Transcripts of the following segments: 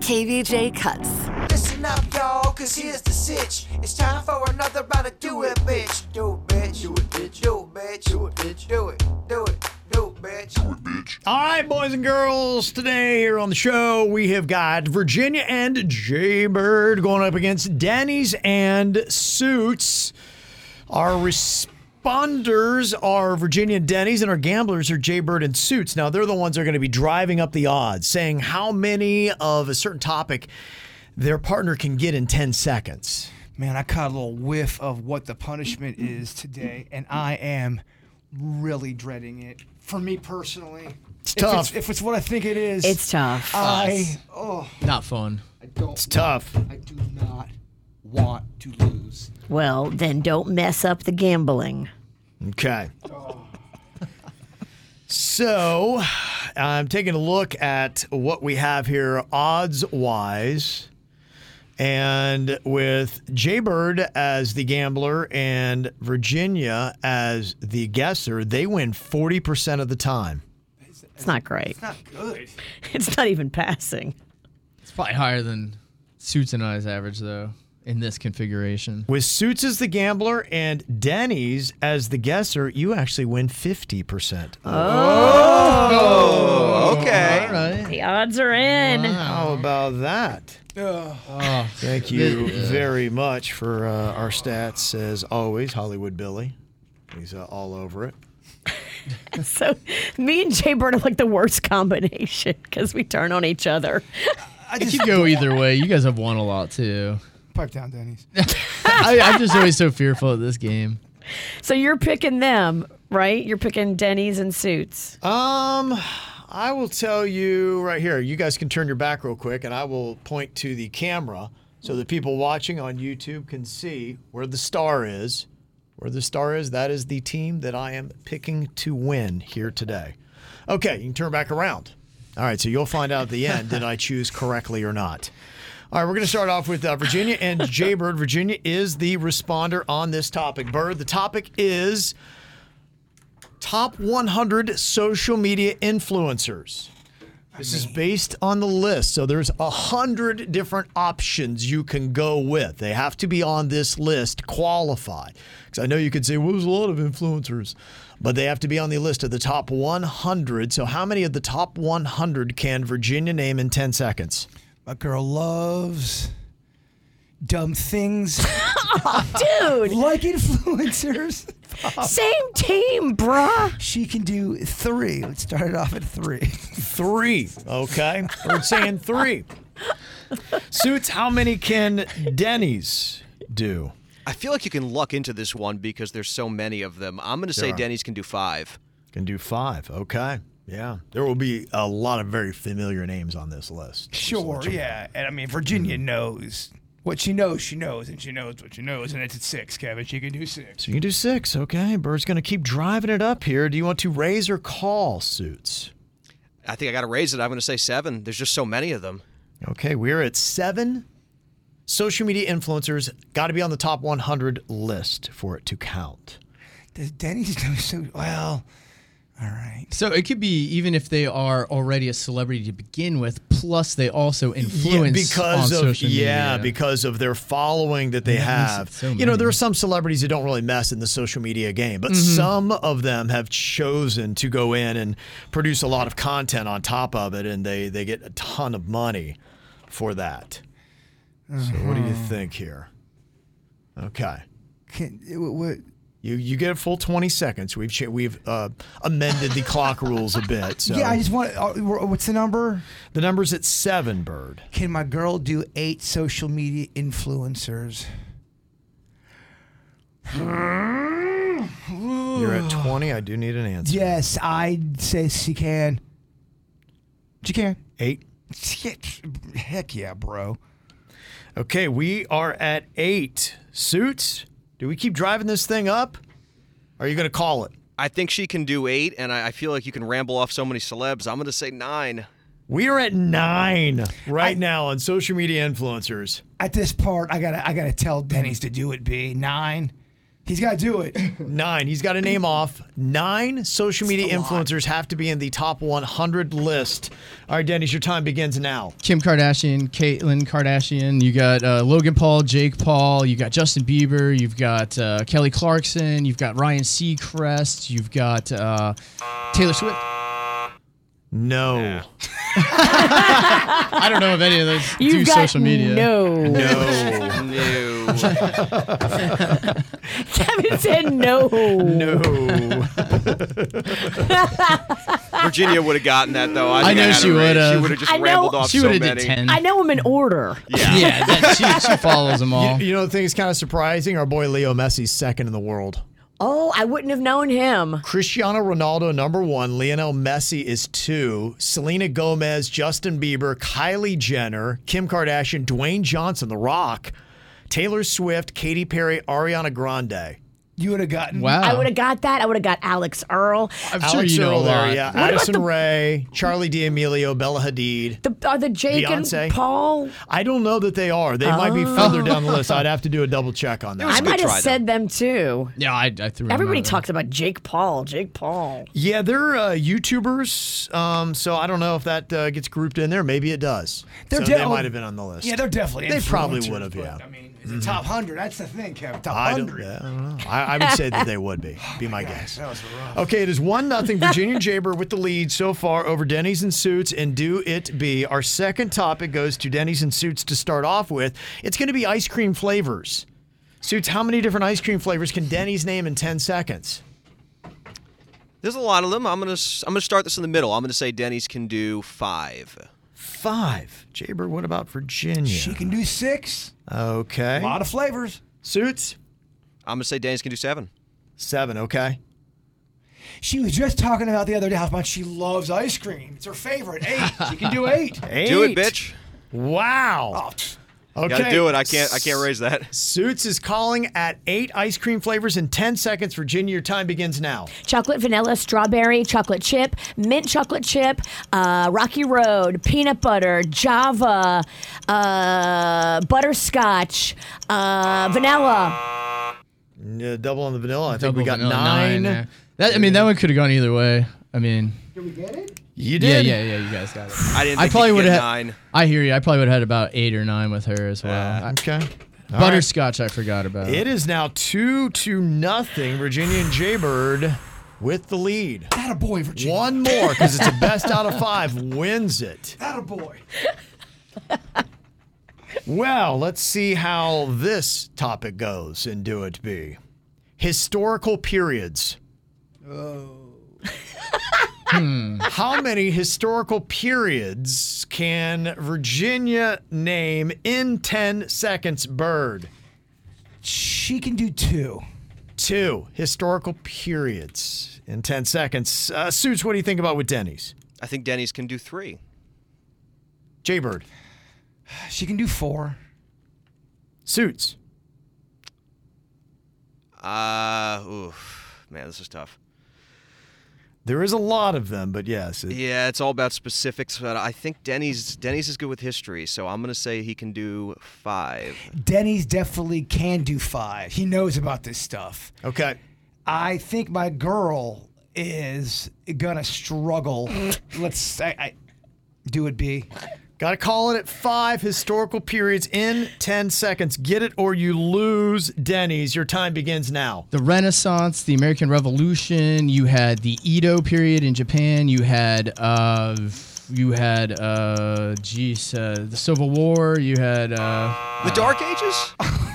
KVJ Cuts. Listen up, y'all, cause here's the sitch. It's time for another round of do it, bitch. Do it, bitch. Do it, bitch. Do it, bitch. Do it, bitch. Do it, do it, do it, bitch. Do it, bitch. All right, boys and girls, today here on the show, we have got Virginia and Jaybird going up against Denny's and Suits. Our responders are Virginia and Denny's, and our gamblers are Jaybird and Suits. Now, they're the ones that are going to be driving up the odds, saying how many of a certain topic their partner can get in 10 seconds. Man, I caught a little whiff of what the punishment is today, and I am really dreading it. For me personally, it's tough. If it's, if it's what I think it is, It's tough. I oh, Not fun. I don't. It's tough. I do not want to lose. well, then don't mess up the gambling. Okay. So I'm taking a look at what we have here odds wise. And with Jaybird as the gambler and Virginia as the guesser, they win 40% of the time. It's not great. Not good. It's not even passing. It's probably higher than Suits and I's average though in this configuration. With Suits as the gambler and Denny's as the guesser, you actually win 50%. Okay. All right. The odds are in. How about that? Thank you very much for uh, our stats, as always. Hollywood Billy, he's uh, all over it. So, me and Jay Bird are like the worst combination because we turn on each other. I It just could go either way. You guys have won a lot too. pipe down, Denny's. I, I'm just always so fearful of this game. So, you're picking them, right? You're picking Denny's and Suits. Um, I will tell you right here. You guys can turn your back real quick, and I will point to the camera so that people watching on YouTube can see where the star is. Where the star is, that is the team that I am picking to win here today. Okay, you can turn back around. All right, so you'll find out at the end did I choose correctly or not. All right, we're going to start off with uh, Virginia and Jaybird. Virginia is the responder on this topic. Bird, the topic is top 100 social media influencers. This is based on the list, so there's a hundred different options you can go with. They have to be on this list, qualified. Because I know you could say, "Well, there's a lot of influencers," but they have to be on the list of the top 100. So, how many of the top 100 can Virginia name in 10 seconds? My girl loves dumb things Dude, like influencers. same team, bruh. She can do three. Let's start it off at three. Three. Okay, we're saying three. Suits. How many can Denny's do? I feel like you can luck into this one because there's so many of them. I'm going to say are. Denny's can do five. Can do five. Okay. Yeah. There will be a lot of very familiar names on this list. Just to Sure, let you know. yeah. And I mean, Virginia knows what she knows, she knows, and she knows what she knows, and it's at six, Kevin. She can do six. So you can do six. Okay. Bird's going to keep driving it up here. Do you want to raise or call suits? I think I got to raise it. I'm going to say seven. There's just so many of them. Okay. We're at seven. Social media influencers got to be on the top 100 list for it to count. Does Denny's know so well? All right. So it could be even if they are already a celebrity to begin with, plus they also influence because on of social media. yeah, because of their following that they makes have. it so you know, there many. are some celebrities that don't really mess in the social media game, but Mm-hmm. some of them have chosen to go in and produce a lot of content on top of it, and they they get a ton of money for that. So what do you Uh-huh. think here? Okay. Can, what, what? You you get a full 20 seconds. We've cha- we've uh, amended the clock rules a bit. So Yeah, I just want. Uh, wh- what's the number? the number's at seven, Bird. Can my girl do eight social media influencers? You're at 20. I do need an answer. Yes, I'd say she can. She can. Eight. Shit, Heck yeah, bro. Okay, we are at eight. Suits, do we keep driving this thing up? Are you going to call it? I think she can do eight, and I, I feel like you can ramble off so many celebs. I'm going to say nine. We are at nine right now on social media influencers. At this part, I gotta, I gotta tell Denny's to do it. B nine. He's gotta do it. Nine. He's got a name off. Nine social media influencers have to be in the top 100 list. All right, Dennis, your time begins now. Kim Kardashian, Caitlyn Kardashian. You got uh, Logan Paul, Jake Paul. You got Justin Bieber. You've got uh, Kelly Clarkson. You've got Ryan Seacrest. You've got uh, Taylor Swift. No. I don't know if any of those do You've got social media. no. No. No. Kevin said no. no. Virginia would have gotten that though. I, think know had she her right. would've. She would have just I know- rambled off She so would have many. did ten. I know them in order. yeah, that, she, she follows them all. You, you know, the thing that's kind of surprising our boy Leo Messi's second in the world. Oh, I wouldn't have known him. Cristiano Ronaldo, number one. Lionel Messi is two. Selena Gomez, Justin Bieber, Kylie Jenner, Kim Kardashian, Dwayne Johnson, The Rock, Taylor Swift, Katy Perry, Ariana Grande. You would have gotten. wow. I would have got that. I would have got Alex Earl. I'm sure you know a Earl there, lot. yeah. Addison Ray, Charlie D'Amelio, Bella Hadid. The, are the Jake Beyonce? and Paul? I don't know that they are. They might be Oh. further down the list. I'd have to do a double check on that. I a good might have try, though. said them too. Yeah, I, I threw. 'em Everybody out there. talks about Jake Paul. Jake Paul. Yeah, they're uh, YouTubers, um, so I don't know if that uh, gets grouped in there. Maybe it does. They're So de- they oh, might have been on the list. Yeah, they're definitely. They probably influencers, would have, but, yeah. Mm-hmm. I mean, is it top hundred? That's the thing, Kevin. Top I don't, hundred. I don't know. I, I would say that they would be. Be my guess. That was rough. Okay, it is one nothing. Virginia Jaber with the lead so far over Denny's and Suits and Do It Be. Our second topic goes to Denny's and Suits to start off with. It's going to be ice cream flavors. Suits, how many different ice cream flavors can Denny's name in 10 seconds? There's a lot of them. I'm gonna s- I'm gonna start this in the middle. I'm gonna say Denny's can do five. Five. Jaber, what about Virginia? She can do six. A okay. lot of flavors. Suits? I'm gonna say Denny's can do seven. Seven, okay. She was just talking about the other day how much she loves ice cream. It's her favorite. Eight. She can do eight. Oh, Eight. Do it, bitch. Wow. Okay. Gotta do it. I can't I can't raise that. Suits is calling at eight ice cream flavors in 10 seconds. Virginia, your time begins now. Chocolate vanilla, strawberry, chocolate chip, mint chocolate chip, uh, Rocky Road, peanut butter, Java, uh, butterscotch, uh, vanilla. Yeah, uh, double on the vanilla. I think Double we got vanilla, nine. there. That I mean, that one could have gone either way. I mean, You yeah, did. yeah, yeah. You guys got it. I didn't. Think I probably would would have. nine. I hear you. I probably would have had about eight or nine with her as well. I- Uh, Okay. All right. butterscotch, I forgot about. It is now two to nothing. Virginia and Jaybird with the lead. That a boy, Virginia. One more because it's a best out of five wins it. That a boy. Well, let's see how this topic goes in Do It Be. Historical periods. Oh. How many historical periods can Virginia name in 10 seconds, Bird? She can do two. Two historical periods in 10 seconds. Uh, Suits, what do you think about with Denny's? I think Denny's can do three. Jaybird. She can do four. Suits. Uh, oof, man, this is tough. There is a lot of them, but yes. it- Yeah, it's all about specifics, but I think Denny's Denny's is good with history, so I'm gonna say he can do five. Denny's definitely can do five. He knows about this stuff. Okay. I think my girl is gonna struggle. Let's say I do it. B. Got to call it at five historical periods in 10 seconds. Get it or you lose Denny's. Your time begins now. the Renaissance, the American Revolution. You had the Edo period in Japan. You had uh, You had, uh, geez, uh, the Civil War. You had, uh, The Dark Ages?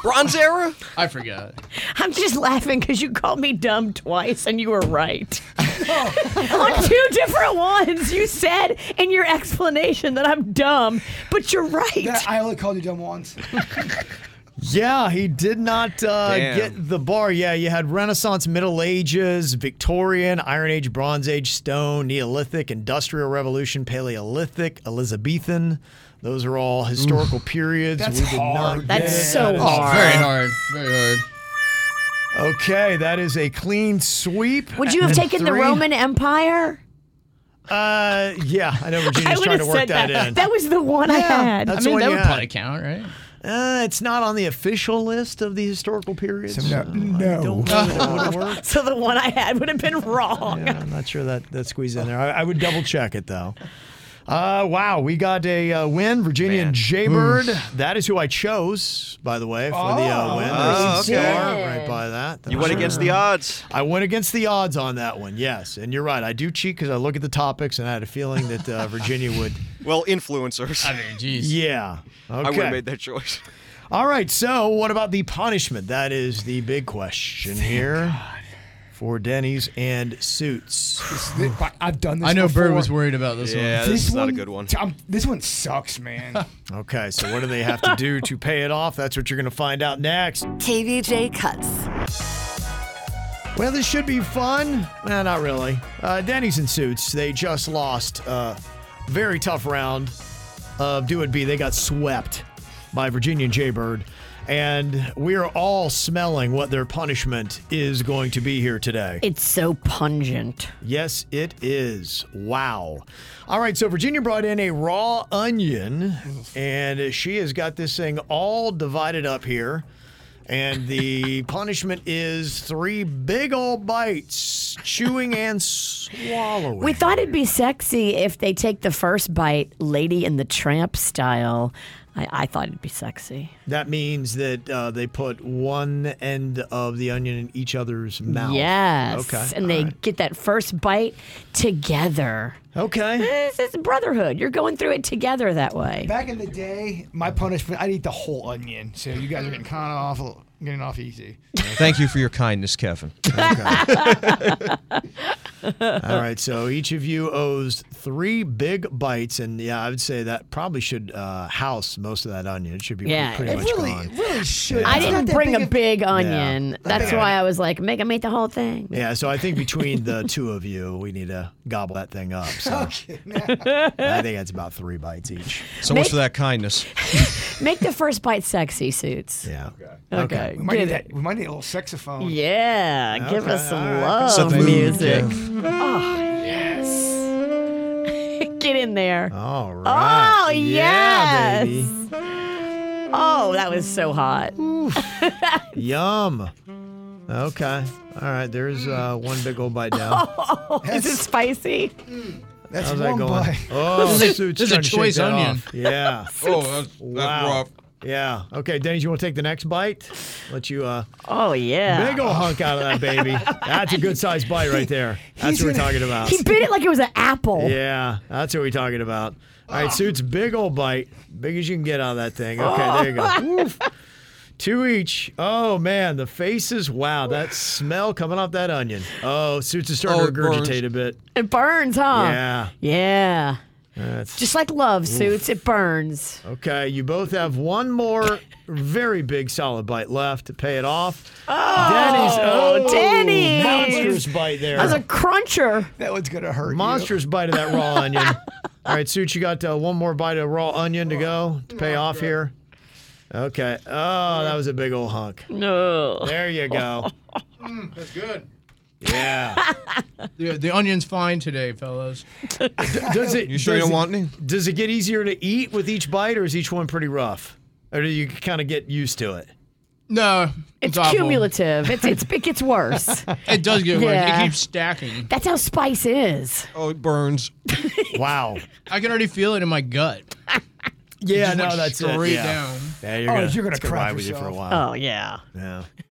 Bronze Era? I forgot. I'm just laughing because you called me dumb twice and you were right. On two different ones, you said in your explanation that I'm dumb, but you're right. That- I only called you dumb once. Yeah, he did not uh, Damn. get the bar. Yeah, you had Renaissance, Middle Ages, Victorian, Iron Age, Bronze Age, Stone, Neolithic, Industrial Revolution, Paleolithic, Elizabethan. Those are all historical periods. That's we did hard. Not That's so Oh, hard. Very hard. Very hard. Okay, that is a clean sweep. Would you have And taken the three- Roman Empire? Uh, yeah, I know I Virginia's would trying have to work said that, that. in. That was the one I had. that's I mean, the that one would you probably had. count, right? Uh, it's not on the official list of the historical periods. So no- so no. I don't know if it would have worked. so the one I had would have been wrong. Yeah, I'm not sure that that squeezed in there. I, I would double check it though. Uh, wow, we got a uh, win, Virginia and Jaybird. That is who I chose, by the way, for the uh, win. Oh, There's a okay. star right by that. You went against the odds. I went against the odds on that one. Yes, and you're right. I do cheat because I look at the topics, and I had a feeling that uh, Virginia would. Well, influencers. I mean, geez. Yeah. Okay. I would have made that choice. All right, so what about the punishment? That is the big question here for Denny's and Suits. This- thi- but I've done this. I know Bird before. was worried about this Yeah, one. this is not a good one. I'm- um, this one sucks, man. Okay, so what do they have to do to pay it off? That's what you're going to find out next. KVJ Cuts. Well, this should be fun. Nah, not really. Uh, Denny's and Suits, they just lost a very tough round of Do It Be. They got swept by Virginia and Jaybird. And we are all smelling what their punishment is going to be here today. It's so pungent. Yes, it is. Wow. All right, so Virginia brought in a raw onion, and she has got this thing all divided up here. And the punishment is three big old bites, chewing and swallowing. We thought it'd be sexy if they take the first bite, Lady and the Tramp style. I, I thought it'd be sexy. that means that uh, they put one end of the onion in each other's mouth. Yes. Oh, Okay. And all they right. get that first bite together. Okay. This is brotherhood. You're going through it together that way. Back in the day, my punishment, I'd eat the whole onion. So you guys are getting kind of off, a little- getting off easy. Thank you for your kindness, Kevin. Oh. All right, so each of you owes three big bites, and yeah, I would say that probably should uh, house most of that onion. It should be Yeah, pretty it much really, gone. really should. I It's not didn't that bring a of- big onion. That's big why I was like, make them eat the whole thing. Yeah, so I think between the two of you, we need to gobble that thing up. So I think that's about three bites each. So much for that kindness. Make the first bite sexy, Suits. Yeah. Okay. We might, give need it. that, we might need a little saxophone. Yeah, give Okay, us some all right. love Set the mood, music. Kev. Get in there. All right. Oh, yeah, yes. baby. Oh, that was so hot. Yum. Okay. All right. There's uh, one big old bite down. Is it spicy? That's How's one that going? bite. Oh, This is a- Suits this is a trying to shake choice that onion. off. Yeah. Oh, that's, that's Wow. rough. Yeah. Okay, Denny, you want to take the next bite? Let you uh, Oh yeah. big ol' hunk out of that baby. That's a good sized bite right there. That's what he's we're in a- talking about. He bit it like it was an apple. Yeah, that's what we're talking about. All right, Suits, big ol' bite, big as you can get out of that thing. Okay, there you go. Oof. Two each. Oh man, the faces. Wow, that smell coming off that onion. Oh, Suits is starting Oh, to it burns. regurgitate a bit. It burns, huh? Yeah. Yeah. That's Just like love, Suits. It burns. okay. You both have one more very big solid bite left to pay it off. Oh, Denny's. Oh, Denny's. monstrous bite there. As a cruncher. That one's going to hurt. you. monstrous bite of that raw onion. All right, Suits, you got uh, one more bite of raw onion to go to pay off here. Okay. Oh, that was a big old hunk. No. There you go. Mm, That's good. Yeah. The, the onion's fine today, fellas. Does it? You sure you does don't it- want any? Does it get easier to eat with each bite, or is each one pretty rough? Or do you kind of get used to it? No, It's awful. cumulative. It's, it's it gets worse. It does get worse. Yeah. It keeps stacking. That's how spice is. Oh, it burns. Wow. I can already feel it in my gut. Yeah. Just No, went that's straight it. Yeah. down. Yeah, you're Oh, gonna, you're gonna it's crap ride with you for a yourself. while. Oh yeah. Yeah.